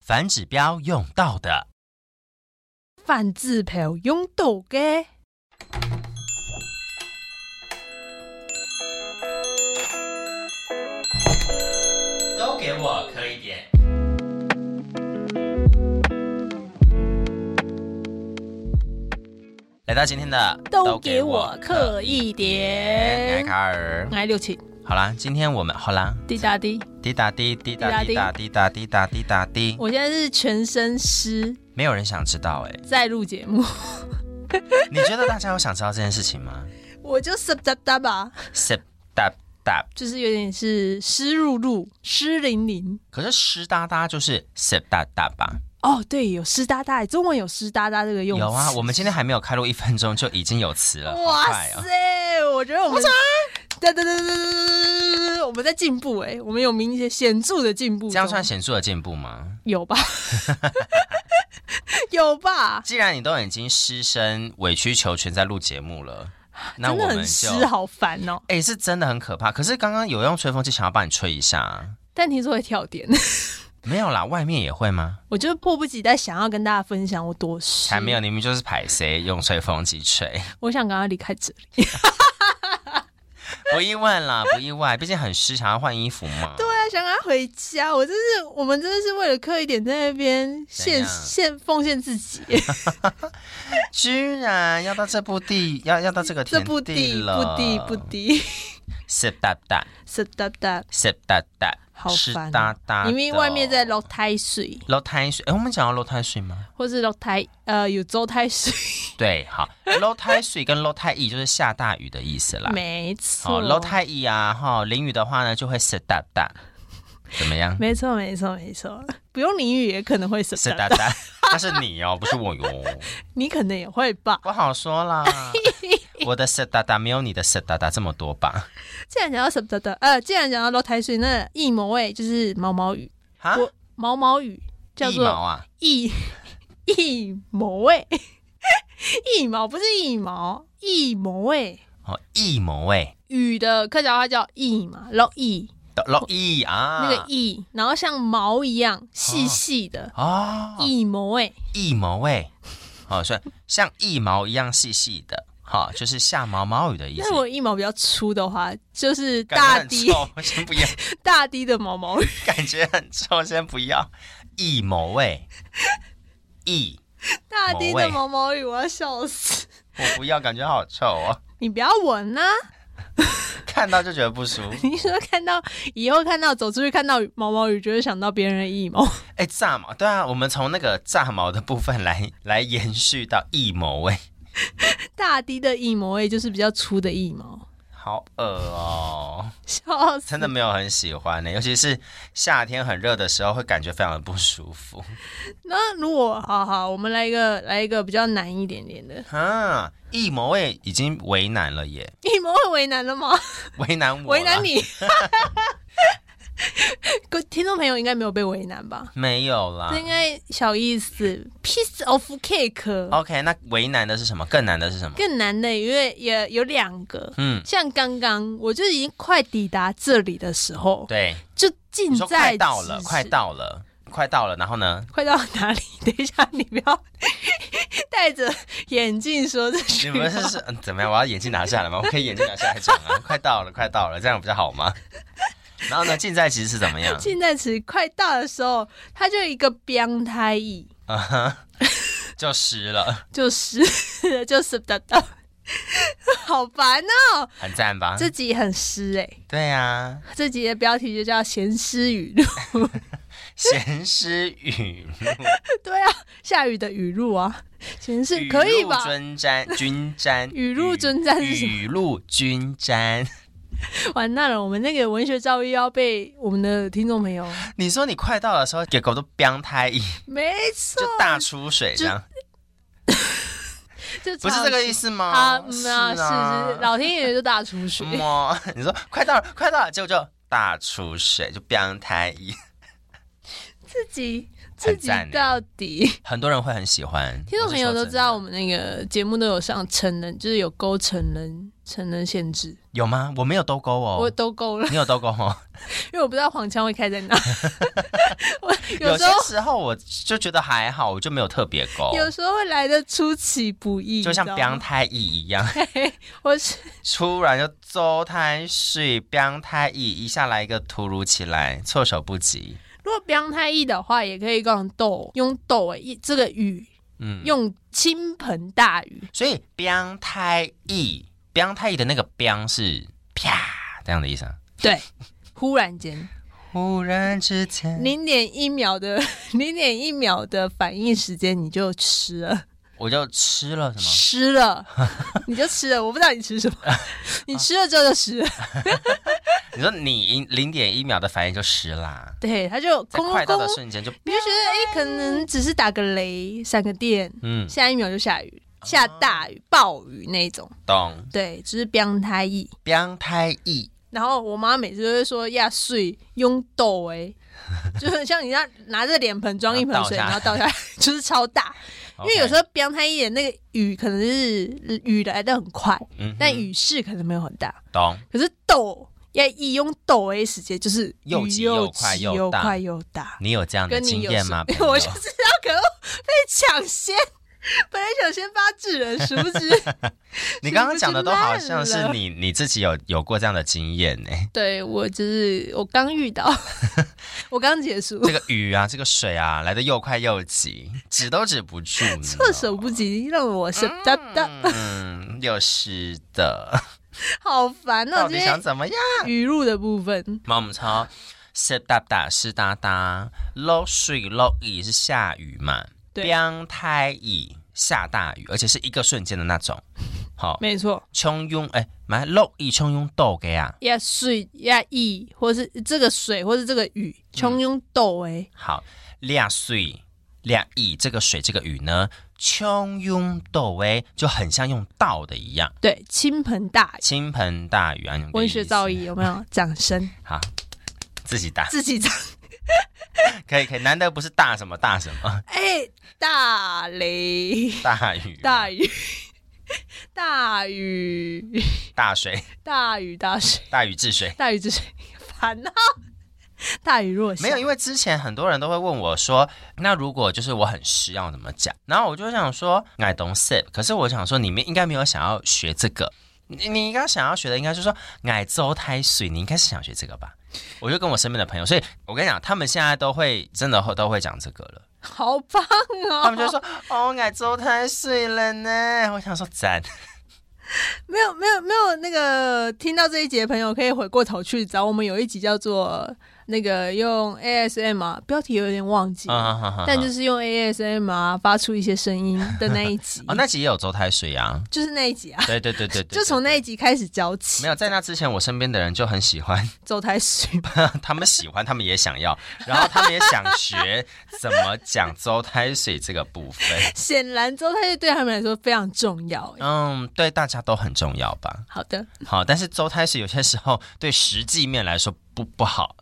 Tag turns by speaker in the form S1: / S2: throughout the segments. S1: 反指标用到的。
S2: 反指标用到嘅。
S1: 都给我磕一点。来到今天的
S2: 都给我刻一
S1: 艾
S2: 点。
S1: 卡尔。
S2: 哎，六七
S1: 好啦，今天我们好啦，
S2: 滴答滴，
S1: 滴答滴滴答滴
S2: 滴
S1: 答
S2: 答
S1: 滴答滴答滴答滴，
S2: 我现在是全身湿
S1: 没有人想知道哎、
S2: 在录节 目，
S1: 你觉得大家有想知道这件事情吗
S2: 我就湿哒哒吧，
S1: ？Sip dab dab，
S2: 就是有点是湿漉漉、湿淋淋。
S1: 可是湿哒哒就是 sip dab dab 吧？
S2: 哦，对，有湿哒哒，中文有湿哒哒这个用词。
S1: 有啊，我们今天还没有开录一分钟就已经有词了，好
S2: 哇
S1: 快啊！
S2: 塞，我觉得我们对对对对对对对对，我们在进步哎、我们有明显显著的进步中，
S1: 这样算显著的进步吗？
S2: 有 吧？有吧？
S1: 既然你都已经失声委曲求全在录节目了，那
S2: 啊真
S1: 我
S2: 的
S1: 们
S2: 很
S1: 就
S2: 湿，好烦哦、
S1: 哎、是真的很可怕。可是刚刚有用吹风机想要帮你吹一下啊，
S2: 但听说会跳电，
S1: 没有啦，外面也会吗？
S2: 我就迫不及待想要跟大家分享我多湿。
S1: 才没有，，你们就是排谁用吹风机 吹，
S2: 我想赶快离开这里。
S1: 不意外啦，不意外，毕竟很湿，想要换衣服嘛。
S2: 对啊，想赶快回家。我真是，我们真的是为了刻一点在那边
S1: 怎样啊
S2: 献献奉献自己，
S1: 居然要到这步地，要要到这个
S2: 这
S1: 田
S2: 不低
S1: 了，
S2: 不低不低，
S1: 湿哒哒，
S2: 湿哒哒，
S1: 湿哒哒，
S2: 好
S1: 湿
S2: 烦哦
S1: 哒哒的，
S2: 因为外面在
S1: 哦
S2: 漏太水。
S1: 漏太水。哎、我们讲到漏太水吗？
S2: 或是落台呃有周太水，
S1: 对， 好，漏太水跟漏太意就是下大雨的意思啦。
S2: 没
S1: 啊
S2: 错，
S1: 哦，楼太乙啊，哈、淋雨的话呢就会湿哒哒，怎么样？
S2: 没错没错没错，不用淋雨也可能会湿
S1: 湿
S2: 哒
S1: 哒
S2: 哒，
S1: 哒，那是你哦，不是我哟，
S2: 你可能也会吧。
S1: 不好说 啦。我的湿哒哒没有你的湿哒哒这么多吧？
S2: 既然讲到湿哒哒，呃，既然讲到落台水，那一毛位就是毛毛雨，
S1: 哈，
S2: 我毛毛雨叫
S1: 啊一毛
S2: 做
S1: 啊，
S2: 一 一毛位， 一毛不是一毛，一毛位
S1: 哦，一毛哎，
S2: 雨的客家话叫一嘛，落一
S1: 老一啊，
S2: 那个一，然后像毛一样细细的
S1: 哦，
S2: 一毛位。
S1: 一毛哎，哦，所以像一毛一样细细的，哈、就是下毛毛雨的意思
S2: 那。我一毛比较粗的话，就是
S1: 感觉
S2: 大
S1: 很
S2: 滴
S1: 臭，先不要，
S2: 大滴的毛毛雨，
S1: 感觉很臭，先不要。一毛哎，一。
S2: 大滴
S1: 毛味
S2: 的毛毛雨，我要笑死！
S1: 我不要，感觉好臭哦，
S2: 你不要闻啊呐、
S1: 看到就觉得不舒服。
S2: 你说看到以后看到走出去看到毛毛雨，就会想到别人的一毛，
S1: 哎，炸毛，对啊，我们从那个炸毛的部分来 来延续到一毛，哎，
S2: 大滴的一毛味就是比较粗的一毛，
S1: 好恶哦，
S2: 笑死！
S1: 真的没有很喜欢欸呢，尤其是夏天很热的时候，会感觉非常的不舒服
S2: 那如果好好，我们来一个来一个比较难一点点的，
S1: 啊。一毛哎，已经为难了耶，
S2: 一毛会为难了吗？
S1: 为难 我，
S2: 为难，你。 各听众朋友应该没有被为难吧？
S1: 没有啦
S2: 这。应该小意思，piece of cake。
S1: OK，那为难的是什么？更难的是什么？
S2: 更难的，因为也有两个，
S1: 嗯，
S2: 像刚刚我就已经快抵达这里的时候，
S1: 对，
S2: 就近
S1: 你说
S2: 在
S1: 快
S2: 咫
S1: 到了，
S2: 尺
S1: 快，到了，快到了，然后呢？
S2: 快到哪里？ 等一下，你不要 戴着眼镜说这
S1: 你
S2: 句话
S1: 们是是嗯怎么样？我要眼镜拿下来吗？我可以眼镜拿下来讲啊， 快到了，快到了，这样比较好吗？然后呢，近在咫尺怎么样？
S2: 近在咫尺快到的时候，他就有一个冰胎椅，
S1: 啊哈，就湿了，
S2: 就是 就是哒哒，好烦哦！
S1: 很赞吧？
S2: 这集很湿哎、
S1: 对呀、啊，
S2: 这集的标题就叫“闲诗语录”。
S1: 咸湿雨
S2: 对啊，下雨的雨露啊，显示
S1: 雨
S2: 可以
S1: 露
S2: 吧？
S1: 均沾，均沾，
S2: 雨露均沾是什么
S1: 雨露均沾。
S2: 完蛋了，我们那个文学造诣要被我们的听众朋友，
S1: 你说你快到的时候，给狗都飙胎一，
S2: 没错
S1: 就，大出水这样，
S2: 就
S1: 不是这个意思吗？
S2: 啊，嗯啊，
S1: 是
S2: 是是，老天爷就大出水，
S1: 么？你说快到了，快到了，结果就大出水，就飙胎一。
S2: 自己
S1: 很
S2: 自己
S1: 赞欸
S2: 到 底。
S1: 很多人会很喜欢。
S2: 听众朋友都知道，我
S1: 们
S2: 们那个节目都有上成人，就是有勾成人成人限制，
S1: 有吗？我没有兜勾
S2: 我
S1: 哦，
S2: 都够了，
S1: 你有兜勾哦？
S2: 因为我不知道黄腔会 开在哪。我有
S1: 有
S2: 时
S1: 些
S2: 候
S1: 时候我就觉得还好，我就没有特别勾，
S2: 有时候会来的出其不意，
S1: 就像
S2: 你知道
S1: 冰
S2: 吗
S1: 太乙一样，
S2: 我是
S1: 突然就周太水冰太乙一下来一个突如其来，措手不及。
S2: 如果不用太意的话，也可以用豆，用豆诶，一这个雨
S1: 嗯，
S2: 用倾盆大雨，
S1: 所以冰太乙，冰太乙的那个冰是啪这样的意思啊。
S2: 对， 忽然间
S1: 忽然之间，
S2: 零点一秒的 零点一秒的反应时间，你就吃了，
S1: 我就吃了什么？
S2: 吃了， 你就吃了，我不知道你 吃什么，
S1: 啊
S2: 你吃了之后就吃了，
S1: 你说你零点一秒的反应就湿啦，
S2: 对，他就
S1: 在
S2: 空
S1: 快到
S2: 空
S1: 的，瞬间就
S2: 你就觉得哎、诶可能只是打个雷，闪个电，
S1: 嗯
S2: 下一秒就下雨，下大雨、暴雨那种，
S1: 懂
S2: 对，就是不用太意。
S1: 冰太乙，
S2: 然后我妈每次都会说要水用豆 哎，就是像你要拿着脸盆装一盆水，然
S1: 然
S2: 后
S1: 后
S2: 倒下 来，就是超 大。因为有时候飙太一点，那个雨可能是雨来的很快，
S1: 嗯哼
S2: 但雨势可能没有很大。
S1: 懂
S2: 可是豆要一用豆哎时间，就是
S1: 又
S2: 雨
S1: 急
S2: 又
S1: 又快
S2: 急
S1: 又
S2: 又
S1: 大
S2: 快又大。
S1: 你有这样的
S2: 跟你
S1: 经
S2: 有
S1: 验
S2: 什？
S1: 吗
S2: 我
S1: 朋
S2: 就
S1: 友
S2: 知道，可恶，被抢先。 本来想先发制人，殊不 知，
S1: 你刚刚讲的都好像
S2: 是不是
S1: 是
S2: 烂了
S1: 你你自己有有过这样的经验呢、
S2: 对我就是我刚遇到，我刚结束，
S1: 这个雨啊，这个水啊，来的又快又急，止都止不住 呢，
S2: 措手不及，让我是哒哒，
S1: 嗯，又是的，
S2: 好烦哦！
S1: 到
S2: 今
S1: 底
S2: 天
S1: 想怎么样？
S2: 语录的部分，
S1: 毛姆超湿哒哒湿哒哒，漏水漏雨是下雨嘛？
S2: 对
S1: 冰胎雨下大雨，而且是一个瞬间的那 种。好，
S2: 没错，
S1: 冲涌哎，买漏雨冲涌豆给啊。
S2: 要水要意，或是这个水，或是这个雨，
S1: 嗯
S2: 穷涌斗哎，
S1: 好，俩水俩雨，这个水这个雨呢，冲涌斗威就很像用倒的一样，
S2: 对，倾盆大雨，
S1: 倾盆大雨啊，用这个
S2: 文学
S1: 意思
S2: 造诣有没有？掌声，
S1: 好。自己打
S2: 自己掌，
S1: 可以可以，难得不是大什么大什么
S2: 哎，大雷，
S1: 大雨
S2: 大雨，大雨，
S1: 大水
S2: 大雨，大水，
S1: 大禹治水，
S2: 大雨之水，烦啊！大雨若下，
S1: 没有，因为之前很多人都会问我说，那如果就是我很湿要怎么讲？然后我就想说，I don't sip。可是我想说，你们应该没有想要学这个，你你应该想要学的应该就是说，I 周胎水，你应该是想学这个吧？我就跟我身边的朋友，所以我跟你讲，他们现在都会真的会都会讲这个 了。
S2: 好棒哦！
S1: 他们就说，哦，I 周胎水了呢。我想说，赞，
S2: 没有没有没有那个听到这一节的朋友可以回过头去找我们有一集叫做那个用 ASM 啊，标题有点忘记了，
S1: 嗯，，
S2: 但就是是用 ASM 啊发出一些声音的那一集
S1: 哦，那集也有周胎水啊，
S2: 就是那一集啊，
S1: 对对对对对，
S2: 就从那一集开始讲起
S1: 没，有在那之前，我身边的人就很喜欢。
S2: 走台水吧，
S1: 他们喜欢，他们也想要， 然后他们也想学怎么讲周胎水这个部分。
S2: 显然周台水对他们来说非常重要。哎
S1: 嗯，对大家都很重要吧？
S2: 好的，
S1: 好，但是周胎水有些时候对实际面来说不不好，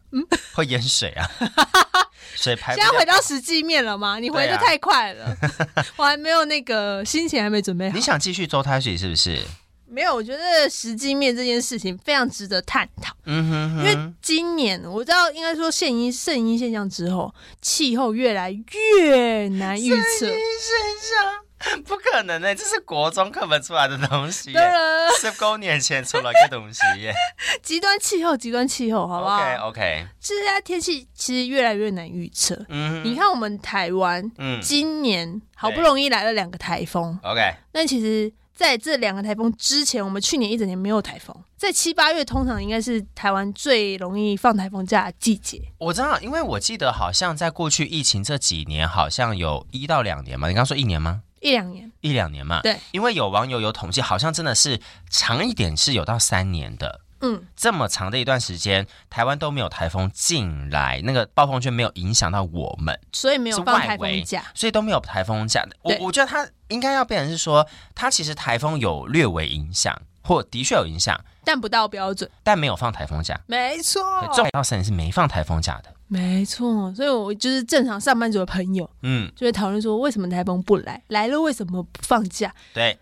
S1: 会淹水 啊，水排不
S2: 嗯现在回
S1: 掉。
S2: 到实际面了吗？你回
S1: 对
S2: 的
S1: 啊
S2: 太快 了，我还没有那个心情还没准备好
S1: 你。想继续周胎水是不是？
S2: 没有，我觉得实际面这件事情非常值得探讨。
S1: 嗯哼
S2: 因为
S1: 哼，
S2: 今年我知道，应该说现阴圣阴现象之后，气候越来越难预测。
S1: 现象不可能欸呢、这是国中课本出来的东西、
S2: 当然，
S1: 十多年前出来的东西耶。
S2: 极端气候，极端气候， 好不好
S1: OK 哦 OK，
S2: 现在天气其实越来越难预测。
S1: 嗯哼，
S2: 你看，我们台湾
S1: 嗯
S2: 今年好不
S1: 对
S2: 容易来了两个台风，
S1: ，OK，
S2: 但其实在这两个台风之前，我们去年一整年没有台风。在七八月，通常应该是台湾最容易放台风假的季节。
S1: 我知道，因为我记得好像在过去疫情这几年，好像有一到两年嘛。你刚说一年吗？
S2: 一两年，
S1: 一两年嘛。
S2: 对，
S1: 因为有网友有统计，好像真的是长一点是有到三年的。
S2: 嗯，
S1: 这么长的一段时间，台湾都没有台风进来，那个暴风圈没有影响到我们，
S2: 所以没有
S1: 是
S2: 放
S1: 外
S2: 台风
S1: 围
S2: 假。
S1: 所以都没有台风假。我
S2: 对
S1: 我觉得它应该要变成是说，它其实台风有略微影响，或的确有影响，
S2: 但不到标准，
S1: 但没有放台风假。
S2: 没错，
S1: 对重要三是没放台风假的。
S2: 没错。所以我就是正常上班族的朋友
S1: 嗯，
S2: 就会讨论说，为什么台风不来？来了为什么不放假？
S1: 对，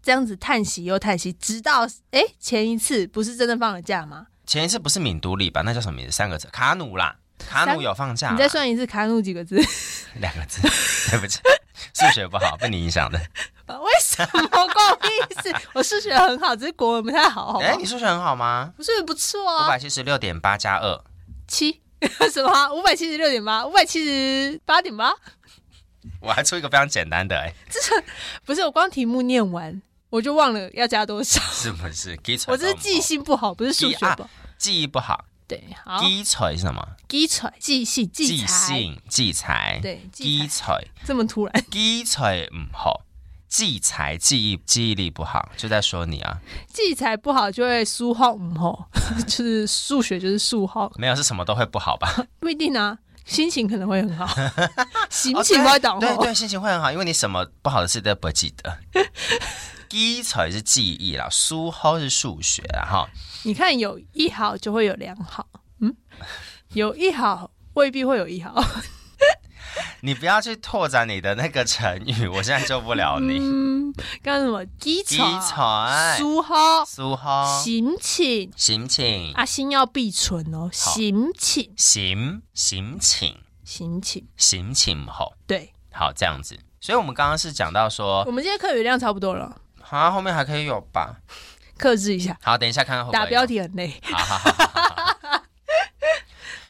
S2: 这样子叹息又叹息，直到哎、前一次不是真的放了假吗？
S1: 前一次不是敏都里吧？那叫什么名字？三个字，卡努啦，卡
S2: 三
S1: 努有放假啦，啊
S2: 你再算一次卡努几个字？
S1: 两个字， 对不起，数学不好被你影响的。
S2: 为什么关我屁事？ 我数学很好，只是国文不太 好，好
S1: 哎、
S2: 吧？
S1: 你数学很好吗？
S2: 我数学不错
S1: 五
S2: 啊，
S1: 百七十六点八加二，
S2: 七什么五百七十六点八，五百七十八点八？
S1: 我还出一个非常简单的、哎，
S2: 不是，我光题目念完我就忘了要加多少，
S1: 是不是？基础
S2: 我这是记性不好，不是数学不好。
S1: 记忆不好，
S2: 对，好，
S1: 基础是什么？
S2: 记才记性记
S1: 记
S2: 才，
S1: 性、记才，
S2: 对，
S1: 基
S2: 记才
S1: 础
S2: 这么突然，
S1: 基础唔好，记才记忆记忆力不好，就在说你啊，
S2: 记才不好就会数号五号，就是数学就是数号，
S1: 没有是什么都会不好吧？
S2: 不一定啊，心情可能会很好，心
S1: 哦
S2: 情
S1: 对
S2: 会等
S1: 对
S2: 候。
S1: 对，心情会很好，因为你什么不好的事都不会记得。 基础是记忆啦，书后是数学啦，哈，
S2: 你看有一好就会有两好，嗯，有一好未必会有一好，
S1: 你不要去拓展你的那个成语，我现在救不了你。
S2: 嗯，刚刚什么基础
S1: 基、础、
S2: 数号、
S1: 书后、
S2: 心情
S1: 心情、
S2: 啊，心要必存哦，
S1: 好
S2: 心情
S1: 行、行情、
S2: 心情，
S1: 行情好，
S2: 对
S1: 好这样子。所以我们刚刚是讲到说，
S2: 我们今天课语量差不多了，
S1: 啊，后面还可以有吧？
S2: 克制一下，
S1: 好，等一下看看会不会
S2: 打
S1: 有
S2: 标题很累。
S1: 好好好好好好。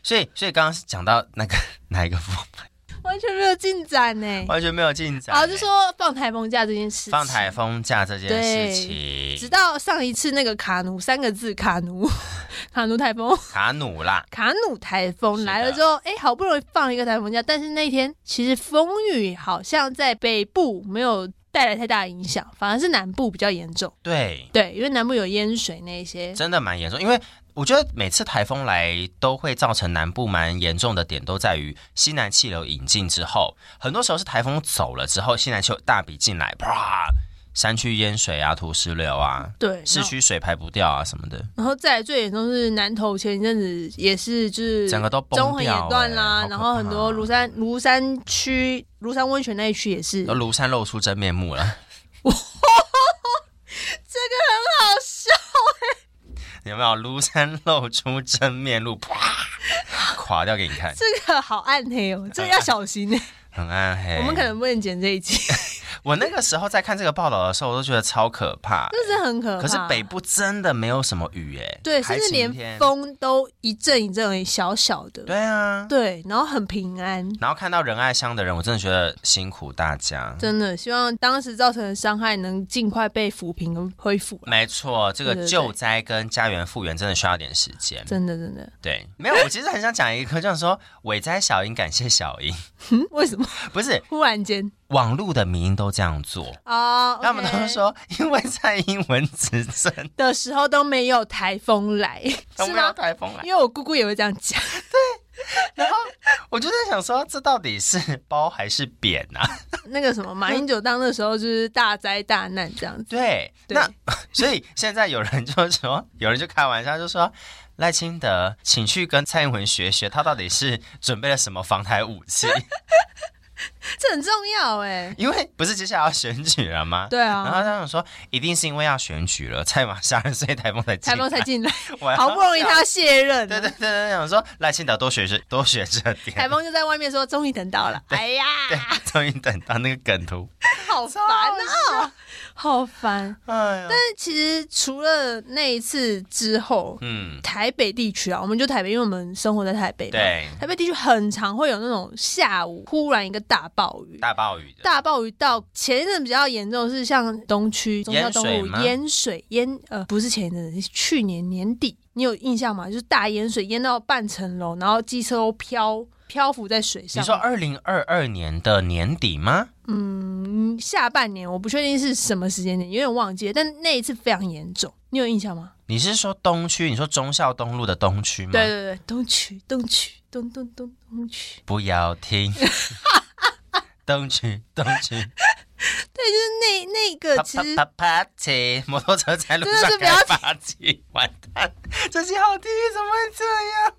S1: 所以，所以刚刚是讲到那个哪一个部分，
S2: 完全没有进展呢。
S1: 完全没有进展。欸
S2: 好，哎哦就说放台风假这件事情，
S1: 放台风假这件
S2: 对
S1: 事情
S2: 直，到上一次那个卡努三个字卡努 卡努台风
S1: 卡努啦，
S2: 卡努台风
S1: 是的
S2: 来了之后，哎，好不容易放一个台风假，但是那天其实风雨好像在北部没有带来太大影响，反而是南部比较严重。
S1: 对，
S2: 对，因为南部有淹水那一些，
S1: 真的蛮严重。因为我觉得每次台风来都会造成南部蛮严重的点，都在于西南气流引进之后，很多时候是台风走了之后，西南气流大笔进来，啪，山区淹水啊，土石流啊，
S2: 对，
S1: 市区水排不掉啊什么的，
S2: 然后。然后再来最严重是南投，前一阵子也是就是
S1: 整个都崩
S2: 中横也
S1: 掉
S2: 断
S1: 欸
S2: 啦，
S1: 好可
S2: 然后很
S1: 怕
S2: 多庐山庐山区庐山温泉那一区也是，
S1: 都庐山露出真面目了。
S2: 这个很好笑，欸
S1: 有没有庐山露出真面目，啪，垮掉给你看，
S2: 这个好暗黑哦， 这个要小心哎、
S1: 很暗黑。
S2: 我们可能不能剪这一集，
S1: 我那个时候在看这个报道的时候，我都觉得超可怕。
S2: 这是很可怕。
S1: 可是北部真的没有什么雨耶，
S2: 对，
S1: 还
S2: 甚至
S1: 晴天
S2: 连风都一阵一阵而已小小的，
S1: 对啊。
S2: 对，然后很平安。
S1: 然后看到仁爱乡的人，我真的觉得辛苦大家。
S2: 真的希望当时造成的伤害能尽快被抚平跟恢复啦。
S1: 没错，这
S2: 对
S1: 个
S2: 对对
S1: 救灾跟家园复原真的需要点时间。
S2: 真的真的，
S1: 对，没有，我其实很想讲一个，就是说伟哉小英，感谢小英，
S2: 嗯，为什么
S1: 不是
S2: 忽然间
S1: 网络的民音都这样做，
S2: 啊
S1: 他们都
S2: OK
S1: 说因为蔡英文执政，
S2: 的时候都没有台风来，
S1: 都
S2: 是
S1: 没有
S2: 吗？
S1: 台风来。
S2: 因为我姑姑也会这样讲，
S1: 然后我就在想说，这到底是包还是扁啊？
S2: 那个什么马英九当的时候就是大灾大难这样子。
S1: 对，
S2: 对，
S1: 那 所以现在有人就说，有人就开玩笑就说。赖清德，请去跟蔡英文学学，他到底是准备了什么防台武器？
S2: 这很重要哎、
S1: 因为不是接下来要选举了吗？、
S2: 对
S1: 然后
S2: 啊，
S1: 他想说，一定是因为要选举了，蔡马下了，所以台风才进
S2: 台风才进来，
S1: 我要
S2: 好不容易他要卸任
S1: 对
S2: 了，
S1: 对对对，想说赖清德多学学多学这
S2: 台
S1: 点，
S2: 风就在外面说终于等到了，哎呀，
S1: 终于等到那个梗图。
S2: 好烦啊，好烦。
S1: 哎呀，
S2: 但其实除了那一次之后，
S1: 嗯，
S2: 台北地区啊，我们就台北，因为我们生活在台北嘛，
S1: 对，
S2: 台北地区很常会有那种下午忽然一个大暴雨，
S1: 大暴雨的，
S2: 大暴雨到前一阵比较严重的是像东区中孝东
S1: 淹水
S2: 路
S1: 吗
S2: 淹水淹呃不是前一阵子是去年年底，你有印象吗？就是大淹水淹到半层楼，然后机车都漂漂浮在水上。
S1: 你说二零二二年的年底吗？
S2: 嗯下半年我不确定是什么时间点，有点忘记了，但那一次非常严重，你有印象吗？
S1: 你是说东区？你说忠孝东路的东区吗？
S2: 对，对对，东区东区东东东东区，
S1: 不要听。东区，东区，
S2: 就是那那个
S1: 啪
S2: 其实
S1: 啪啪啪起！摩托车在路
S2: 真的
S1: 上
S2: 是不要
S1: 开啪起，完蛋！这些好听怎么会这样？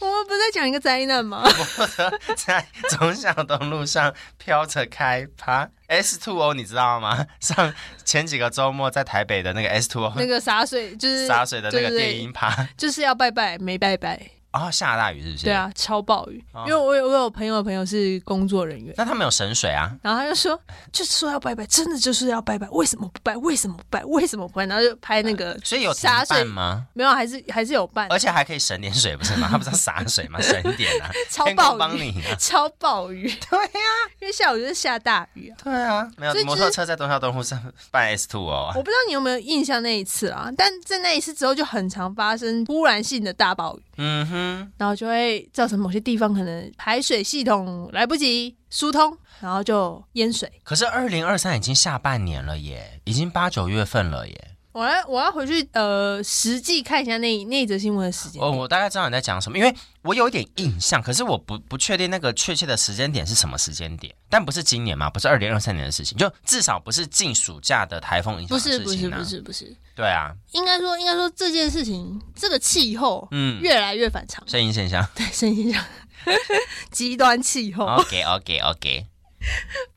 S2: 我们不是在讲一个灾难 吗？
S1: 在忠孝东路上飘着开 趴。S Two O 你知道吗？ 上前几个周末在台北的那个 S Two O
S2: 那个洒水就是
S1: 洒水的那个
S2: 对对对
S1: 电音趴，
S2: 就是要拜拜，没拜拜。
S1: 哦，下大雨是不是？
S2: 对。啊，超暴雨。
S1: 哦
S2: 因为我有我有朋友的朋友是工作人员，
S1: 那他们有神水啊？
S2: 然后他就说，就是说要拜拜，真的就是要拜拜，为什么不拜？为什么不拜？为什么不拜？然后就拍那个
S1: 所以有停
S2: 洒水
S1: 办，吗？
S2: 没有，还是还是有办，
S1: 而且还可以省点水，不是吗？ 他不是要洒水 吗？省点啊，
S2: 超
S1: 天
S2: 暴
S1: 公
S2: 雨
S1: 帮你啊。
S2: 超暴雨。对呀、因为下午就是下大雨啊。
S1: 对啊，没有
S2: 所以就
S1: 摩
S2: 是
S1: 托车在忠孝东路上办 S Two O 啊
S2: 我。不知道你有没有印象那一次啊，但在那一次之后就很常发生突然性的大暴雨，
S1: 嗯哼，
S2: 然后就会造成某些地方可能排水系统来不及疏通，然后就淹水。
S1: 可是二零二三已经下半年了耶，已经八九月份了耶。
S2: 我要我要回去呃实际看一下那那一则新闻的时间
S1: 哦，我大概知道你在讲什么，因为我有一点印象，可是我不不确定那个确切的时间点是什么时间点，但不是今年嘛，不是二零二三年的事情，就至少不是近暑假的台风影响
S2: 不
S1: 的事
S2: 是
S1: 情、啊、
S2: 不是不，是不是，
S1: 对啊，
S2: 应该说应该说这件事情这个气候
S1: 嗯，
S2: 越来越反常，
S1: 声音现象
S2: 对，声音上 极端气候、
S1: ，OK OK OK，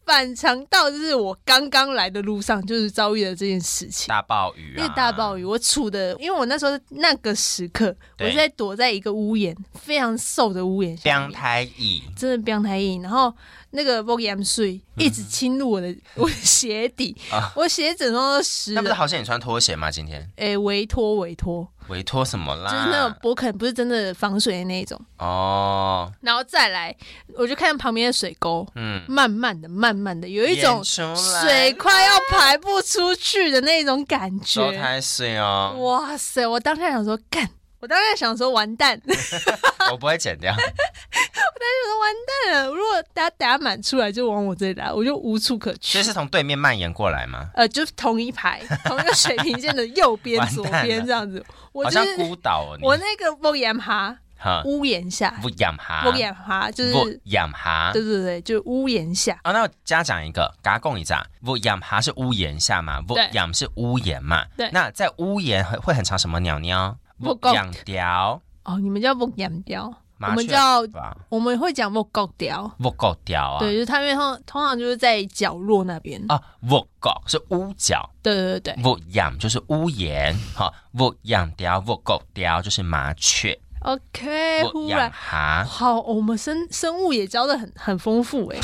S2: 反常到就是我刚刚来的路上就是遭遇了这件事情。
S1: 大暴雨啊，
S2: 那个大暴
S1: 雨，
S2: 雨，我处的，因为我那时候那个时刻，我
S1: 对
S2: 是在躲在一个屋檐，非常瘦的屋檐下
S1: 两
S2: 面，
S1: 台椅，
S2: 真的不阳太硬。然后那个 v o g M 水一直侵入我的、我的鞋底，我鞋整双都湿
S1: 啊那不是
S2: 了。
S1: 好像你穿拖鞋吗？今天
S2: 诶，委托委托，
S1: 委托什么啦？
S2: 就是那种勃肯，不是真的防水的那一种。
S1: 哦，
S2: 然后再来，我就看旁边的水沟，
S1: 嗯，
S2: 慢慢的、慢慢的，有一种
S1: 演出来
S2: 水快要排不出去的那种感
S1: 收
S2: 觉。
S1: 台水哦，
S2: 哇塞！我当下想说，干！我当下想说，完蛋， 我
S1: 我不会剪掉，
S2: 说完蛋了。如果大家打满出来就往我这里来，我就无处可
S1: 所
S2: 去
S1: 以。是从对面蔓延过来吗？
S2: 呃，就是同一排，同一个水平线的右边、
S1: 完
S2: 左
S1: 蛋了
S2: 边这样子。我
S1: 好
S2: 就
S1: 像
S2: 是
S1: 孤岛哦，你
S2: 我那个屋檐哈，
S1: 哈，
S2: 屋檐下，
S1: 不养哈，
S2: 屋檐哈，就是
S1: 不养哈。
S2: 对对对，就是屋檐下。
S1: 啊、那我加讲一个，嘎共一下，不养哈是屋檐下嘛，不
S2: 对
S1: 养是屋檐嘛。
S2: 对
S1: 那在屋檐会会很常什么鸟鸟？
S2: 不
S1: 不养雕，
S2: 哦，你们叫木岩雕，我
S1: 麻
S2: 们
S1: 雀
S2: 叫
S1: 吧，
S2: 我们会讲木狗雕。
S1: 不狗雕啊。
S2: 对，就是它因为通通常就是在角落那边。
S1: 啊，不狗是屋角，
S2: 对对对对
S1: 不养就是屋檐，好，不养雕，不狗雕就是麻雀，
S2: ，OK，
S1: 不
S2: 哎忽
S1: 养
S2: 然。
S1: 哈。
S2: 好，我们生生物也教的很很丰富哎、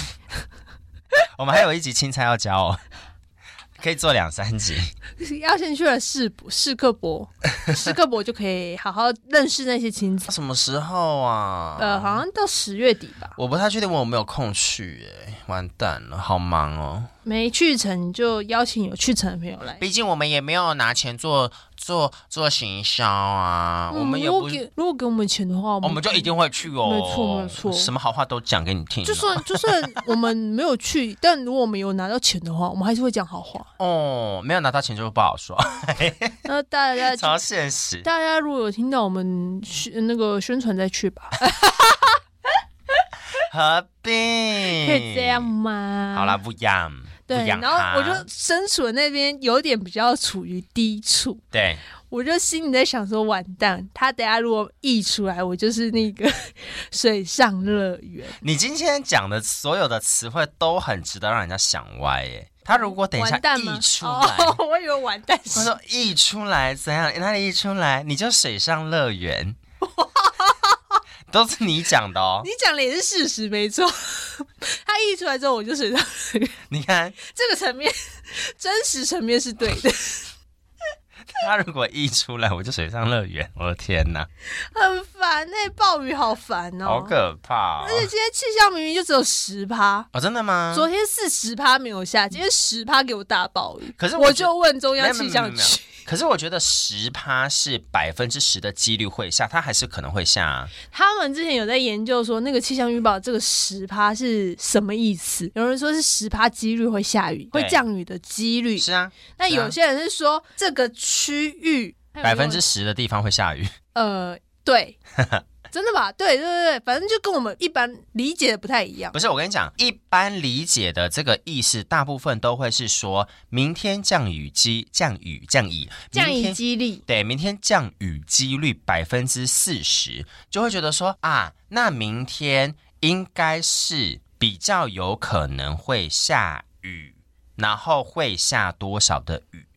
S1: 我们还有一集青菜要教哦，可以做两三集。
S2: 要先去了世博世克博， 世克博就可以好好认识那些亲戚。
S1: 什么时候啊？
S2: 呃，好像到十月底吧，
S1: 我不太确定我有没有空去、哎，完蛋了，好忙哦。
S2: 没去成就邀请有去成的朋友来。
S1: 毕竟我们也没有拿钱做做做行销啊，我们
S2: 嗯
S1: 也
S2: 如
S1: 不
S2: 果，给如果给我们钱的话，我
S1: 我们就一定会去哦。
S2: 没错没错
S1: 什么好话都讲给你听哦。
S2: 就算就算我们没有去， 但如果我们有拿到钱的话，我们还是会讲好 话。
S1: 哦，没有拿到钱就不好说，
S2: 那大家
S1: 超现实。
S2: 大家如果有听到我们宣那个宣传再去吧，
S1: 何必？
S2: 可以这样。吗？
S1: 好啦，，不养，不
S2: 对，
S1: 养
S2: 然
S1: 它。
S2: 后我就身处的那边有点比较处于低处，
S1: 对，
S2: 我就心里在想说，完蛋，他等下如果溢出来，我就是那个 水上乐园。
S1: 你今天讲的所有的词汇都很值得让人家想歪耶。他如果 等一下
S2: 完蛋吗
S1: 溢？出来，
S2: 哦， 我以为完蛋
S1: 他
S2: 是
S1: 说溢出来怎样？哪里溢出来？你就水上乐 园，都是你讲的哦
S2: 你。讲的也是事实，没错。 他溢出来之后，我就水上
S1: 你看，
S2: 这个层面， 真实层面是对的，
S1: 他如果溢出来，我就水上乐园。我的天哪，
S2: 很烦那、暴雨好烦哦、
S1: 好可怕、哦
S2: 而！且今天气象明明就只有十趴，
S1: 哦，真的吗？
S2: 昨天是十趴没有下，今天十趴给我大暴雨。
S1: 嗯可是我
S2: 我
S1: 觉
S2: 就问中
S1: 没有
S2: 央
S1: 没有
S2: 气
S1: 没有
S2: 象
S1: 没有
S2: 局，
S1: 可是我觉得十趴是百分之十的几率会下，它还是可能会下、啊。
S2: 他们之前有在研究说那个气象预报这个十趴是什么意思？有人说是十趴几率会下雨，
S1: 对
S2: 会降雨的几率。
S1: 是啊，
S2: 那
S1: 是啊
S2: 有些人是说这个区域
S1: 百分之十的地方会下雨。
S2: 呃对。真的吧？对对对，对反正就跟我们一般理解的不太一样。
S1: 不是，我跟你讲，一般理解的这个意思，大部分都会是说明天降雨机降雨降雨
S2: 降
S1: 明
S2: 以
S1: 天
S2: 激励，
S1: 对，明天降雨几率百分之四十，就会觉得说啊，那明天应该是比较有可能会下雨，然后会下多少的雨，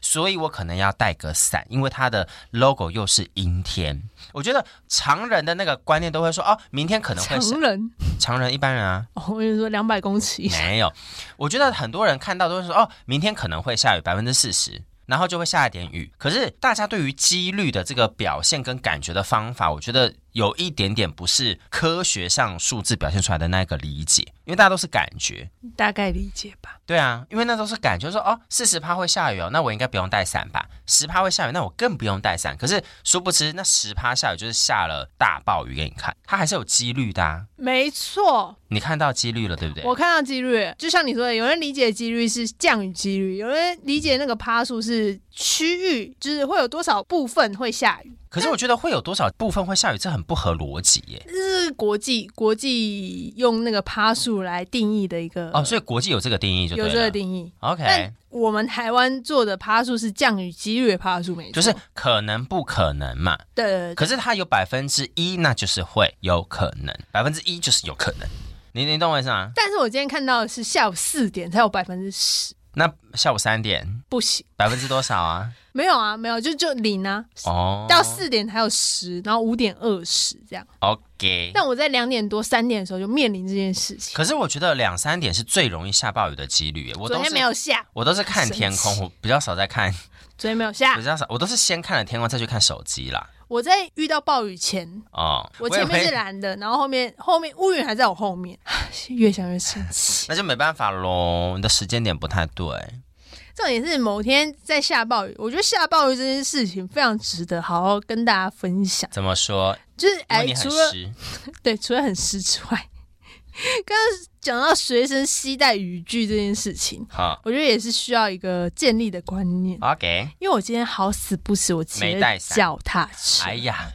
S1: 所以我可能要带个伞，因为它的 logo 又是阴天。我觉得常人的那个观念都会说哦，明天可能会下
S2: 常。人
S1: 常人一般人啊，
S2: 哦，我跟你说，两百 公尺以上，
S1: 没有，我觉得很多人看到都会说，哦，明天可能会下雨百分之四十，然后就会下一点雨。可是大家对于几率的这个表现跟感觉的方法，我觉得有一点点不是科学上数字表现出来的那个理解，因为大家都是感觉。
S2: 大概理解吧。
S1: 对啊，因为那都是感觉说哦，四十趴会下雨哦，那我应该不用带伞吧？十趴会下雨，那我更不用带伞。可是殊不知，那十趴下雨就是下了大暴雨给你看，它还是有几率的、啊。
S2: 没错，
S1: 你看到几率了，对不对？
S2: 我看到几率，就像你说的，有人理解几率是降雨几率，有人理解那个趴数是区域，就是会有多少部分会下雨，
S1: 可是我觉得会有多少部分会下雨，这很不合逻辑耶。
S2: 这是国际国际用那个趴数来定义的一个
S1: 哦，所以国际有这个定义就对
S2: 呃有
S1: 了。
S2: 这个定义。
S1: OK，
S2: 但我们台湾做的趴数是降雨几率的趴数，没错，
S1: 就是可能不可能嘛？
S2: 对对对
S1: 可是它有百分之一，那就是会有可能，百分之一就是有可能。你你懂我意思吗？
S2: 但是我今天看到的是下午四点才有百分之十，
S1: 那下午三点
S2: 不行，
S1: 百分之多少 啊？
S2: 没有啊，没有，就就零啊，
S1: 哦，
S2: 到四点才有十，然后五点二十这样。
S1: OK。
S2: 但我在两点多、三点的时候就面临这件事情。
S1: 可是我觉得两三点是最容易下暴雨的几率耶，我
S2: 昨
S1: 都
S2: 天
S1: 是
S2: 没有下，
S1: 我都是看天
S2: 神
S1: 空，我比较少在看，
S2: 昨天没有下
S1: 比。较少，我都是先看了天空再去看手机啦。
S2: 我在遇到暴雨前，
S1: 哦，
S2: 我
S1: 以
S2: 前面
S1: 为
S2: 是蓝的，然后后面后面乌云还在我后面，越想越生 气。
S1: 那就没办法喽，你的时间点不太对。
S2: 重点是某天在下暴雨，我觉得下暴雨这件事情非常值得好好跟大家分享。
S1: 怎么说？
S2: 就是
S1: 因
S2: 哎
S1: 哦为，你
S2: 除
S1: 很
S2: 了
S1: 湿，
S2: 对，除了很湿之外， 刚刚讲到随身携带雨具这件事情，
S1: 好
S2: 我觉得也是需要一个建立的观念。
S1: ，OK。
S2: 因为我今天好死不死，我骑
S1: 没
S2: 了
S1: 带伞
S2: 脚踏车，
S1: 哎呀，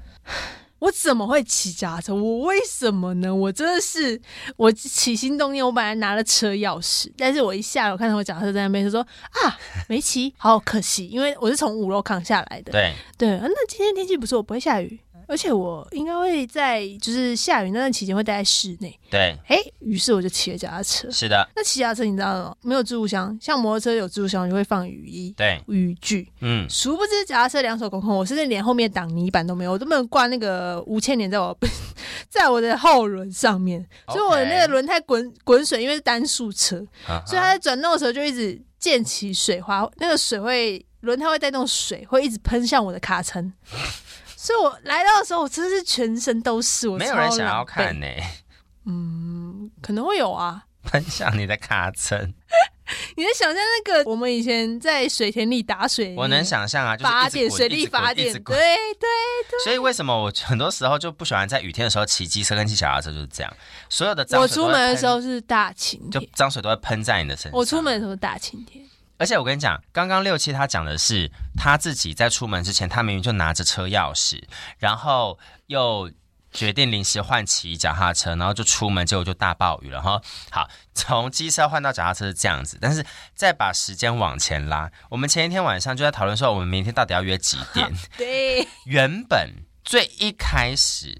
S2: 我怎么会骑脚踏车？我为什么呢？我真的是我起心动念，我本来拿了车钥匙，但是我一下楼看到我脚踏车在那边，就说 啊，没骑，好可惜，因为我是从五楼扛下来的。
S1: 对，
S2: 对，啊那今天天气不错，不会下雨，而且我应该会在就是下雨那段期间会待在室内。
S1: 对，
S2: 哎，于是我就骑了脚踏车。
S1: 是的，
S2: 那骑脚踏车你知道吗？没有置物箱，像摩托车有置物箱，就会放雨衣、
S1: 对，
S2: 雨具。
S1: 嗯，
S2: 殊不知脚踏车两手空空，我甚至连后面挡泥板都没有，我都没有挂那个无铅帘在我 在我的后轮上面，所以我的那个
S1: OK
S2: 轮胎滚滚水，因为是单速车，
S1: 啊
S2: 所以它在转动的时候就一直溅起水花，那个水会轮胎会带动水，会一直喷向我的卡 层。所以我来到的时候，我真的是全身都是，我
S1: 没有
S2: 超
S1: 人想
S2: 狼
S1: 要
S2: 狈
S1: 看，呢、
S2: 可能会有啊。
S1: 喷向你的卡层，
S2: 你能想象那个我们以前在水田里打水，
S1: 我能想象啊，就是
S2: 法
S1: 一直
S2: 典
S1: 滚
S2: 哎水力法典，。
S1: 一直
S2: 对
S1: 滚一直
S2: 对，
S1: 滚所以为什么我很多时候就不喜欢在雨天的时候骑机车跟骑小踏车，就是这样。所有的脏
S2: 我
S1: 水都
S2: 出
S1: 会
S2: 门的时
S1: 喷
S2: 候是大晴
S1: 就
S2: 天，
S1: 脏水都会喷在你的身上。
S2: 我出门的时候是大晴天，
S1: 而且我跟你讲，刚刚六七他讲的是他自己在出门之前，他明明就拿着车钥匙，然后又决定临时换骑脚踏车，然后就出门，结果就大暴雨了。然后好，从机车换到脚踏车是这样子，但是再把时间往前拉，我们前一天晚上就在讨论说，我们明天到底要约几点？
S2: 对，
S1: 原本最一开始，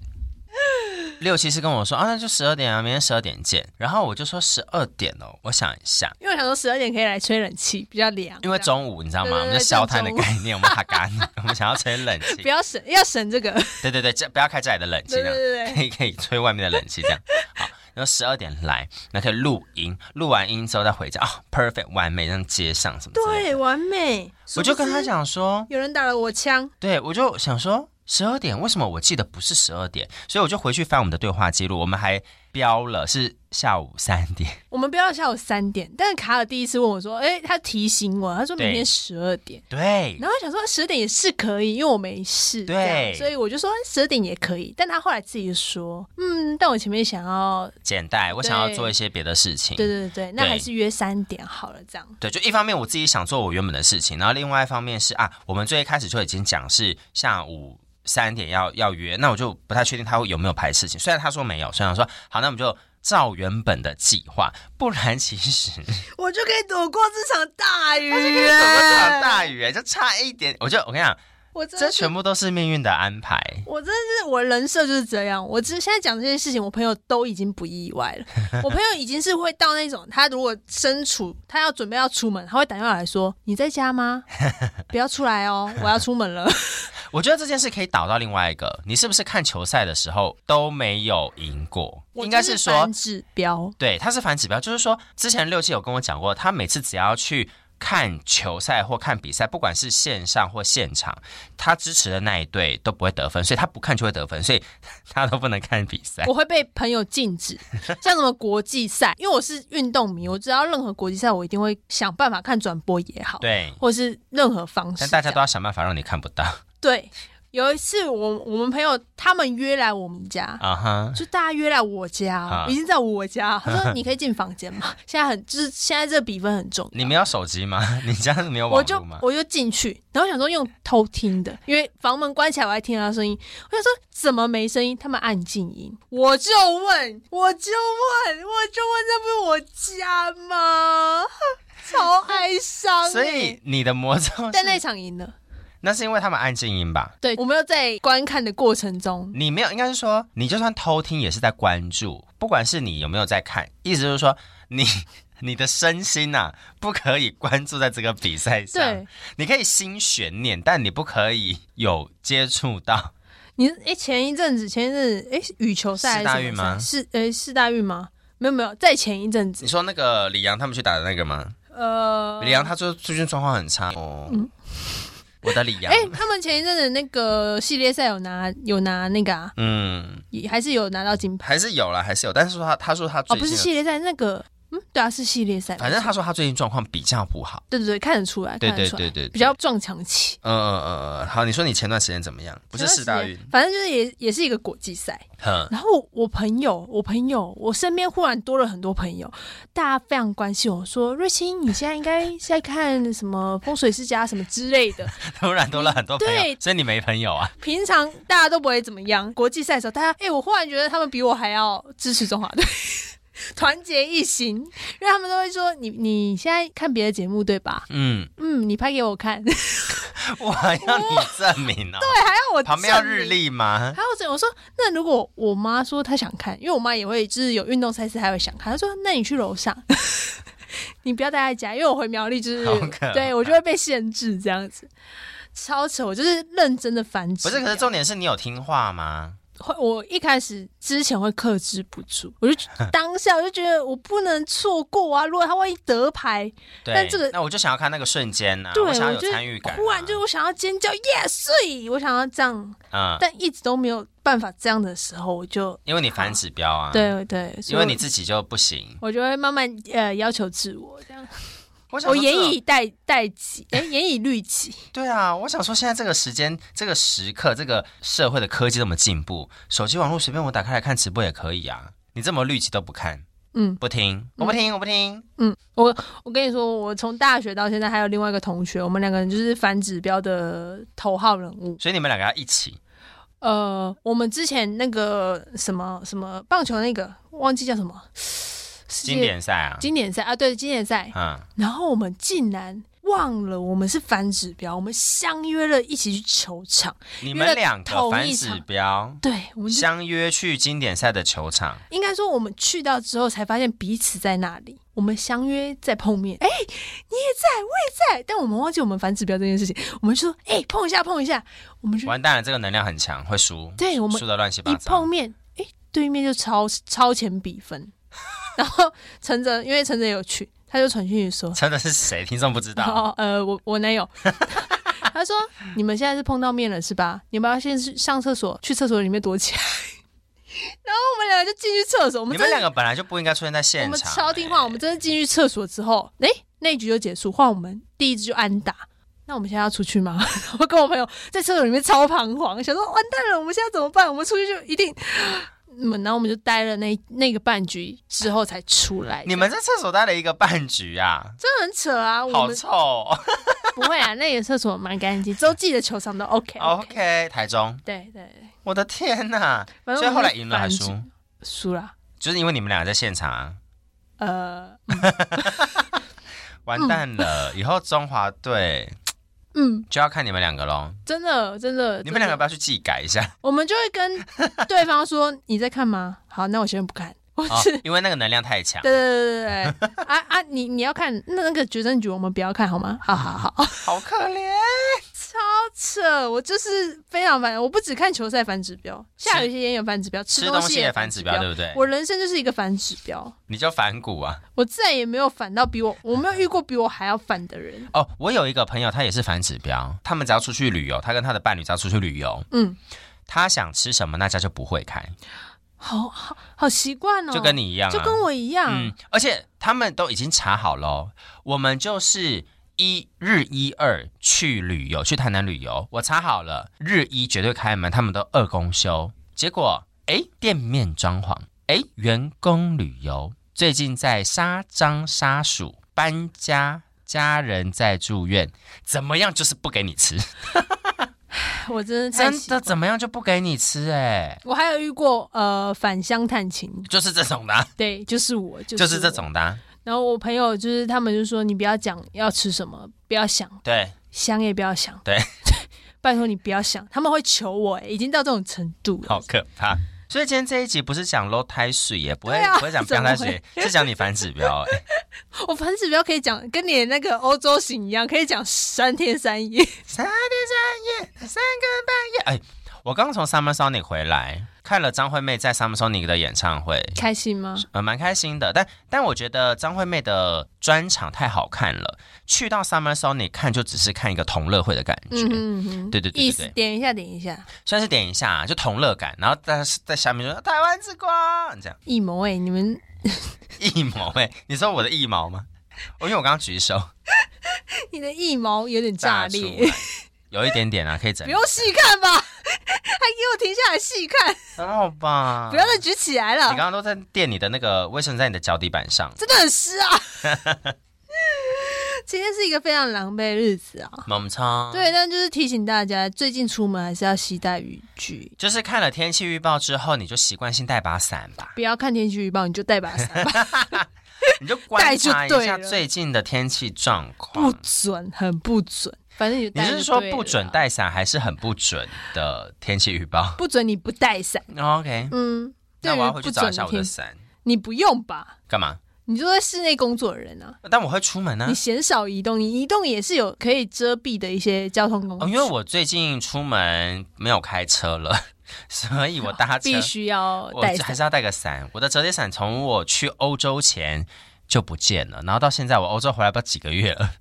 S1: 六七是跟我说啊，那就十二点啊，明天十二点见。然后我就说十二点哦，我想一下。
S2: 因为我想说十二点可以来吹冷气，比较凉，
S1: 因为
S2: 这样
S1: 中午你知道吗？
S2: 对对
S1: 我们
S2: 对
S1: 就消碳的
S2: 中午
S1: 概念，我们哈干， 我们想要吹冷气
S2: 不。要省要省 这个，
S1: 对对对，这不要开家里的冷气，
S2: 对
S1: 这
S2: 对
S1: 样
S2: 对对，
S1: 可以可以吹外面的冷气这样。好，然后十二点来，那可以录音，录完音之后再回家，哦，perfect 完美，让街上什么之类的。
S2: 对，完美，
S1: 我就跟他
S2: 殊不知
S1: 讲说，
S2: 有人打了我枪，
S1: 对，我就想说十二点，为什么我记得不是十二点？所以我就回去翻我们的对话记录，我们还标了是下午三点。
S2: 我们不要下午三点，但是卡尔第一次问我说，哎，他提醒我，他说明天
S1: 对
S2: 十二点。
S1: 对，
S2: 然后我想说十点也是可以，因为我没事，
S1: 对
S2: 这样所以我就说十点也可以。但他后来自己就说，嗯，但我前面想要，
S1: 简单，我想要
S2: 对
S1: 做一些别的事情。
S2: 对对对，那
S1: 对
S2: 还是约三点好了，这样。
S1: 对，就一方面我自己想做我原本的事情，然后另外一方面是啊，我们最一开始就已经讲是下午三点要要约，那我就不太确定他会有没有排事情。虽然他说没有，虽然说好，那我们就照原本的计划，不然其 实
S2: 我就可以躲过这场大雨、
S1: 我
S2: 欸，
S1: 场大雨就差一点，我就我跟你讲，
S2: 我真
S1: 这
S2: 的是
S1: 全部都是命运的安排。
S2: 我真的是我人设就是这样。我只现在讲这些事情，我朋友都已经不意外 了。我朋友已经是会到那种，他如果身处他要准备要出门，他会打电话来说：“你在家 吗？不要出来哦，我要出门 了。
S1: 我觉得这件事可以导到另外一个，你是不是看球赛的时候都没有赢过？”应该是
S2: 是
S1: 说
S2: 反指标，
S1: 对，它是反指标，就是说之前六七有跟我讲过，他每次只要去看球赛或看比赛，不管是线上或现场，他支持的那一队都不会得分，所以他不看就会得分，所以 他都不能看比赛。
S2: 我会被朋友禁 止，像什么国际赛，因为我是运动迷，我知道任何国际赛我一定会想办法看转播也好，
S1: 对，
S2: 或是任何方式这
S1: 但大
S2: 样。
S1: 家都要想办法让你看不 到
S2: 对。有一次我，我们朋友他们约来我们家，
S1: 啊哈。
S2: 就大家约来我家哦，
S1: 啊
S2: 已经在我家。他说：“你可以进房间 嘛。”现在很就是现在这个比分很重
S1: 你没有手机吗？ 你家是没有
S2: 我
S1: 网
S2: 就
S1: 络吗？
S2: 我就进去，然后想说用偷听的，因为房门关起来我还听得到声音。我想说怎么没声音？他们按静音，我就问，我就问，我就问，这不是我家吗？ 超哀伤欸、
S1: 所以你的魔咒是
S2: 但那场赢了。
S1: 那是因为他们按静音吧？
S2: 对，我们又在观看的过程中，
S1: 你没有，应该是说你就算偷听也是在关注，不管是你有没有在看，意思就是说你 你的身心呐、不可以关注在这个比赛上
S2: 对，
S1: 你可以心悬念，但你不可以有接触到。
S2: 你哎、诶前一阵子，前一阵子哎、诶羽球
S1: 四
S2: 赛还是
S1: 大
S2: 什么
S1: 运吗
S2: 赛是哎、是大运吗？没有没有，在前一阵 子
S1: 你，说那个李阳他们去打的那个吗？
S2: 呃，
S1: 李阳他就最近状况很差哦。我的李阳，
S2: 哎、他们前一阵子那个系列赛有拿有拿那个啊，
S1: 嗯，
S2: 也还是有拿到金牌
S1: 还是有啦，还是有，但是说他他说他
S2: 哦，
S1: 最
S2: 不
S1: 近
S2: 是
S1: 的、
S2: 系列赛那个，嗯，对啊，是系列赛，
S1: 反正他说他最近状况比较不好。
S2: 对对对，看得出来，
S1: 对
S2: 看得
S1: 对
S2: 出
S1: 对
S2: 来
S1: 对，
S2: 比较撞墙期。
S1: 嗯嗯嗯嗯，好，你说你前段时间怎么样？不是四大运，
S2: 反正就是也也是一个国际赛。
S1: 哼。
S2: 然后我朋友，我朋友，我身边忽然多了很多朋友，大家非常关心我说：“瑞欣，你现在应该是在看什么风水世家什么之类的。”
S1: 突然多了很多朋友
S2: 对，
S1: 所以你没朋友啊？
S2: 平常大家都不会怎么样，国际赛的时候，大家哎、我忽然觉得他们比我还要支持中华队， 团结一心，因为他们都会说你你现在看别的节目对吧？
S1: 嗯，
S2: 嗯，你拍给我看， 对，
S1: 我还要你证明哦。
S2: 还要我 啊
S1: 旁边要
S2: 证
S1: 日
S2: 明。
S1: 历吗？
S2: 还有怎我说，那如果我妈说她想看，因为我妈也会就是有运动赛事，她会想看。她说，那你去楼上， 你不要待在家，因为我回苗栗就是
S1: 好可怕
S2: 对我就会被限制这样子，超扯。我就是认真的繁殖
S1: 不
S2: 掉。
S1: 是，可是重点是你有听话吗？
S2: 会，我一开始之前会克制不住，我就当下我就觉得我不能错过啊！如果他万一得牌，
S1: 对，
S2: 但这个
S1: 那我就想要看那个瞬间呐、
S2: 对
S1: 我想要有
S2: 就
S1: 参与感啊、
S2: 忽然就是我想要尖叫 yes，我想要这样，
S1: 嗯，
S2: 但一直都没有办法这样的时候，我就
S1: 因为你反指标啊，，
S2: 对对，所以
S1: 因为
S2: 我
S1: 你自己就不行。
S2: 我就会慢慢呃要求自我这样，
S1: 我想
S2: 我
S1: 说这
S2: 严
S1: 个
S2: 以待待己，哎，严以律 己，
S1: 对啊，我想说现在这个时间、这个时刻、这个社会的科技这么进步，手机网络随便我打开来看直播也可以啊。你这么绿旗都不看，
S2: 嗯。
S1: 不听，我不听，我不听。
S2: 嗯，我我跟你说，我从大学到现在还有另外一个同学，我们两个人就是反指标的头号人物。
S1: 所以你们两个要一起
S2: 呃，我们之前那个什么什么棒球那个忘记叫什么，世界
S1: 经典赛啊，
S2: 经典赛啊，对经典赛。
S1: 嗯。
S2: 然后我们竟然忘了我们是反指标，我们相约了一起去球场。
S1: 你们两个反指标
S2: 对，我们就
S1: 相约去经典赛的球场，
S2: 应该说我们去到之后才发现彼此在那里，我们相约再碰面。哎、你也在，我也在，但我们忘记我们反指标这件事情。我们就说，哎、碰一下，碰一下，我们就
S1: 完蛋了，这个能量很强，会输，
S2: 对我们
S1: 输的乱七八
S2: 一
S1: 糟
S2: 碰。面，哎、对面就超超前比分。 然后陈哲，因为陈哲有去，他就传讯息说
S1: 真的是谁？听众不知：“道，
S2: 哦，呃，我我男友。” 他说：“你们现在是碰到面了是吧？你们要先去上厕所，去厕所里面躲起来。” 然后我们两个就进去厕所，我们
S1: 你
S2: 真
S1: 们
S2: 的
S1: 两个本来就不应该出现在现
S2: 我们
S1: 场、欸哎
S2: 超听话，我们真的进去厕所之后，哎、那一局就结束，换我们第一局就安打。那我们现在要出去吗？ 我跟我朋友在厕所里面超彷徨，想说完蛋了，我们现在怎么办？我们出去就一定， 嗯然后我们就待了那那个半局之后才出来。
S1: 你们在厕所待了一个半局啊，
S2: 真的很扯啊！我
S1: 好
S2: 们
S1: 臭、 哦。
S2: 不会 啊，那个厕所蛮干净，洲际的球场都 OK,
S1: OK，台中，
S2: 对对对，
S1: 我的天呐！
S2: 反正
S1: 所以
S2: 我们
S1: 后来赢了还
S2: 反
S1: 输，
S2: 输了。
S1: 就是因为你们俩在现场啊，
S2: 呃，
S1: 完蛋了。以后中华队
S2: 嗯，
S1: 就要看你们两个喽，
S2: 真的真的，
S1: 你们两个要
S2: 呃真的
S1: 不要去技改一 下？
S2: 我们就会跟对方说你在看吗？好，那我先不看，我
S1: 哦
S2: 是。，
S1: 因为那个能量太强。
S2: 对对对对对，啊啊！你你要看那那个决胜局，我们不要看好吗？好好好，
S1: 好可怜。
S2: 超扯！我就是非常烦，我不只看球赛反指标，下雨天也有反指标，
S1: 吃
S2: 东
S1: 东西也
S2: 也
S1: 反指标，对不对？
S2: 我人生就是一个反指标，
S1: 你就反骨啊！
S2: 我再也没有反到比我，我没有遇过比我还要反的 人。
S1: 哦，我有一个朋友，他也是反指标。他们只要出去旅游，他跟他的伴侣只要出去旅游，
S2: 嗯，
S1: 他想吃什么，那家就不会开，
S2: 好好好习惯哦，
S1: 就跟你一样、啊，
S2: 就跟我一样，
S1: 嗯，而且他们都已经查好喽，我们就是一日一二去旅游，去台南旅游，我查好了，日一绝对开门，他们都二公休。结果，哎，店面装潢，哎，员工旅游，最近在沙张沙鼠搬家。家人在住院，怎么样就是不给你吃，
S2: 我真的太
S1: 真
S2: 习
S1: 的
S2: 惯
S1: 怎么样就不给你吃、哎，
S2: 我还有遇过呃返乡探亲，
S1: 就是这种的啊、
S2: 对，就是我，就是
S1: 就是这
S2: 我。
S1: 种的啊、
S2: 然后我朋友就是他们就说你不要讲要吃什么，不要想
S1: 对，
S2: 想也不要想，
S1: 对，
S2: 拜托你不要想，他们会求我、欸，已经到这种程度了。
S1: 好可怕。所以今天这一集不是讲 low 胎水，也不会、
S2: 对啊
S1: 不会讲
S2: 怎
S1: 标
S2: 么
S1: 胎水，是讲你反指标、哎
S2: 我反指标可以讲跟你的那个欧洲行一样，可以讲三天三 夜。
S1: 三天三夜，三更半夜。哎，我刚从 Summer Sonic 回来，看了张惠妹在 Summer Sonic 的演唱会，
S2: 开心吗？
S1: 呃，蛮开心的。但但我觉得张惠妹的专场太好看了，去到 Summer Sonic 看就只是看一个同乐会的感觉，
S2: 嗯哼嗯哼，
S1: 对对对对
S2: 意思
S1: 对
S2: 点一下，点一下，
S1: 算是点一下、就同乐感，然后但是在下面就说台湾之光这样，
S2: 一谋哎、你们
S1: 一毛哎、你说我的一毛吗？我因为我刚刚举手。
S2: 你的一毛有点炸
S1: 炸出
S2: 裂，
S1: 来，有一点点啊，可以整
S2: 不
S1: 理。
S2: 用细看吧？还给我停下来细看，
S1: 还好吧？
S2: 不要再举起来了
S1: 啊你刚。刚都在垫你的那个卫生纸在你的脚底板上，
S2: 真的很 湿啊！今天是一个非常狼狈的日子啊。
S1: 猛冲。，
S2: 对，但就是提醒大家，最近出门还是要携带雨具，
S1: 就是看了天气预报之后，你就习惯性带把伞 吧，
S2: 不要看天气预报你就带把伞 吧，
S1: 你就观察
S2: 带就
S1: 一
S2: 对
S1: 下
S2: 了
S1: 最近的天气状
S2: 不
S1: 况。
S2: 准，很不准。反正你就
S1: 你
S2: 带
S1: 是
S2: 就
S1: 说
S2: 对
S1: 不
S2: 了
S1: 准？带伞，还是很不准的天气预 报
S2: 不准你不带伞。
S1: ？OK，
S2: 嗯，对
S1: 那我要
S2: 于
S1: 回
S2: 不
S1: 去找
S2: 准
S1: 一下我的
S2: 天，
S1: 伞，
S2: 你不用吧？
S1: 干嘛？
S2: 你就在室内工作的人啊，
S1: 但我会出门啊
S2: 你。鲜少移动，你移动也是有可以遮蔽的一些交通工
S1: 哦，
S2: 具，
S1: 因为我最近出门没有开车了， 所以我搭车
S2: 必须要
S1: 我
S2: 呃带
S1: 还
S2: 伞。
S1: 是要带个伞。我的折叠伞从我去欧洲前就不见了，然后到现在我欧洲回来不知道几个月了，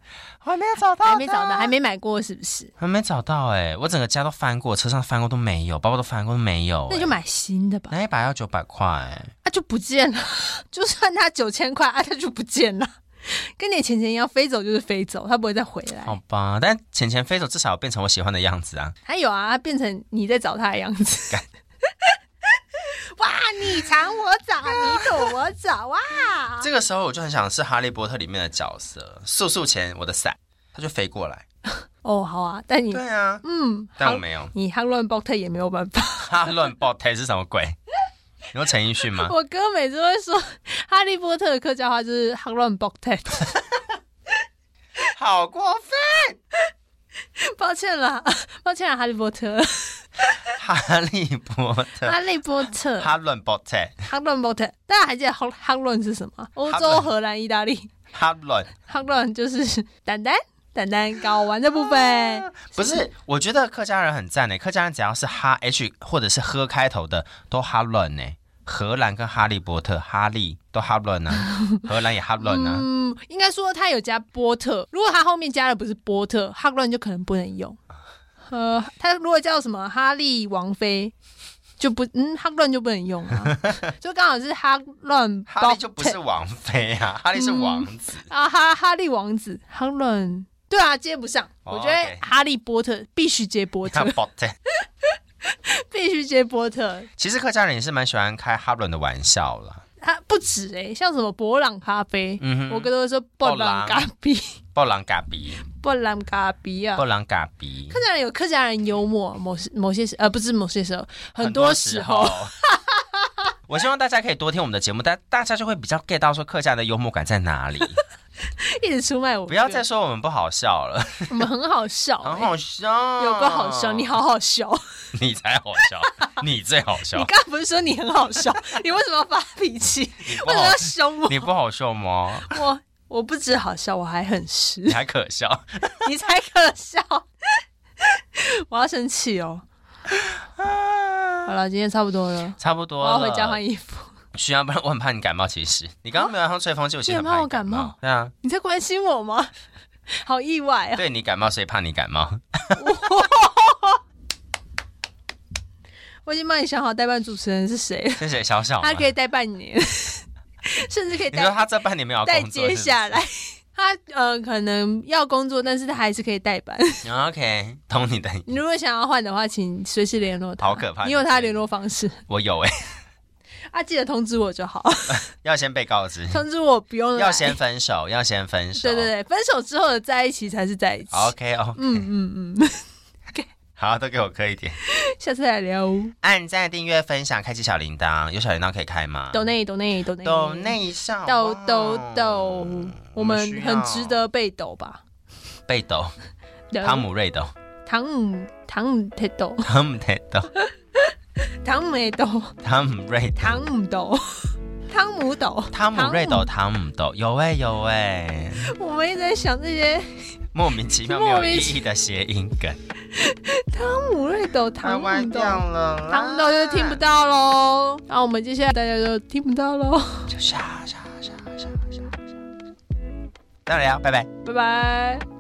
S1: 我还没有找到它，
S2: 还没找到，还没买过是不是？
S1: 还没找到哎、我整个家都翻过，车上翻过都没有，包包都翻过都没有、
S2: 那你就
S1: 哎
S2: 买新的吧。
S1: 那一把要九百块哎，
S2: 啊，就不见了。 就算他九千块，啊，他就不见了，跟你的钱钱一样，飞走就是飞走，他不会再回来。
S1: 好吧，但钱钱飞走至少变成我喜欢的样子啊。
S2: 还有啊，他变成你在找他的样子。 哇，你藏我找，你躲我找啊！
S1: 这个时候我就很想是哈利波特里面的角色，速速前我的伞，它就飞过来。
S2: 哦，好啊，但你
S1: 对啊，
S2: 嗯，
S1: 但
S2: 好
S1: 我没有，
S2: 你哈乱爆特也没有办法。
S1: 哈乱爆胎是什么鬼？你说陈奕迅吗？
S2: 我哥每次会说，哈利波特的客家话就是哈乱爆特。
S1: 好过分。
S2: 抱歉啦， 抱歉啦，啊哈利波特，
S1: 哈利波特，
S2: 哈利波特，
S1: 哈伦波特，
S2: 哈乱爆特。大家还记得哈哈乱是什么？欧洲、荷兰、意大利。
S1: 哈伦
S2: 哈乱就是 蛋蛋蛋蛋睾丸的部分，
S1: 不是，我觉得客家人很赞呢。欸客家人只要是哈 H 或者是喝开头的，都哈伦呢。荷兰跟哈利波特、哈利都哈伦 呢，荷兰也哈伦啊呢。
S2: 嗯，应该说它有加波特，如果它后面加的不是波特，哈乱就可能不能用。呃，它如果叫什么哈利王妃。就不嗯，哈乱就不能用 啊，就刚好是哈乱
S1: 哈利就不是王妃啊，哈利是王子。
S2: 啊哈哈利王子哈乱，对啊接不上，
S1: 哦
S2: 我觉得
S1: OK
S2: 哈利波特必须接波
S1: 哈
S2: 特，
S1: 波特，
S2: 必须接波特。
S1: 其实客家人也是蛮喜欢开哈伦的玩笑啦。
S2: 它不止哎、像什么博朗咖啡，
S1: 嗯
S2: 我
S1: 哼，
S2: 哥都会说博朗咖啡，
S1: 布朗嘎比，
S2: 博朗咖啡啊
S1: 布。朗嘎比，
S2: 客家人有客家人幽默，某些某些时呃不是某些时候，很多时候。
S1: 我希望大家可以多听我们的节目，但大家就会比较 get 到说客家的幽默感在哪 里。
S2: 一直出卖我哥，
S1: 不要再说我们不好笑了，
S2: 我们很好 笑、
S1: 很
S2: 欸，
S1: 好笑，
S2: 有个好笑，你，好好笑，
S1: 你才好 笑，你最好
S2: 你
S1: 笑，
S2: 刚刚不是说你很好 笑，你为什么要发脾气？
S1: 你不
S2: 为什么
S1: 好
S2: 要，凶我？
S1: 哦你不好笑吗？
S2: 我我不止好笑，我还很湿
S1: 你，还可笑，
S2: 你才可笑。 我要生气哦！ 好了，今天差不多了，
S1: 差不多
S2: 我
S1: 了。
S2: 哦要回家换衣服。
S1: 需要不然我很怕你感冒。其实你刚刚没有用吹风机，我其实很怕
S2: 你
S1: 你
S2: 很怕我
S1: 感冒。对 啊，
S2: 你在关心我吗？好意外啊！
S1: 对你感冒，所以怕你感 冒。
S2: 我已经帮你想好代办主持人是谁了，
S1: 谢谢小小嘛。
S2: 他可以代半年， 甚至可以
S1: 你说
S2: 代
S1: 他这半年没有
S2: 代
S1: 工作，
S2: 接下
S1: 是
S2: 来。他呃，可能要工作，但是他还是可以代班。
S1: 不是哦 OK，懂你的，
S2: 你如果想要换的话，请随时联络他。
S1: 好可怕
S2: 你有他的联络方式
S1: 我有哎、
S2: 啊，记得通知我就 好，
S1: 要先被告知，
S2: 通知我不用来
S1: 要先分手，要先分手。
S2: 嗯对对对，分手之后的在一起才是在一起。
S1: ，OK 哦，
S2: 嗯嗯嗯，
S1: 好，都给我磕一点。
S2: 下次再聊。
S1: 按赞、订阅、分享，开启小铃铛，有小铃铛可以开吗？
S2: 抖内抖内抖内
S1: 抖内哦一下好不
S2: 抖
S1: 好，
S2: 抖抖，我们
S1: 需要
S2: 很值得被抖吧？
S1: 被抖，汤姆瑞抖，
S2: 唐姆唐姆太抖，
S1: 汤姆泰抖，
S2: 唐姆也抖，
S1: 汤姆瑞抖。
S2: 唐姆抖， 汤姆抖，
S1: 汤姆瑞斗，汤姆斗，有哎、有哎、
S2: 我们一直在想这些
S1: 莫名其妙没有意义的谐音梗，
S2: 汤姆瑞抖，唐
S1: 歪
S2: 姆抖
S1: 掉。了啦，
S2: 唐姆抖就听不到喽，然后我们接下来大家就听不到喽，
S1: 就下下下下下下，到了呀，拜拜。
S2: 拜拜。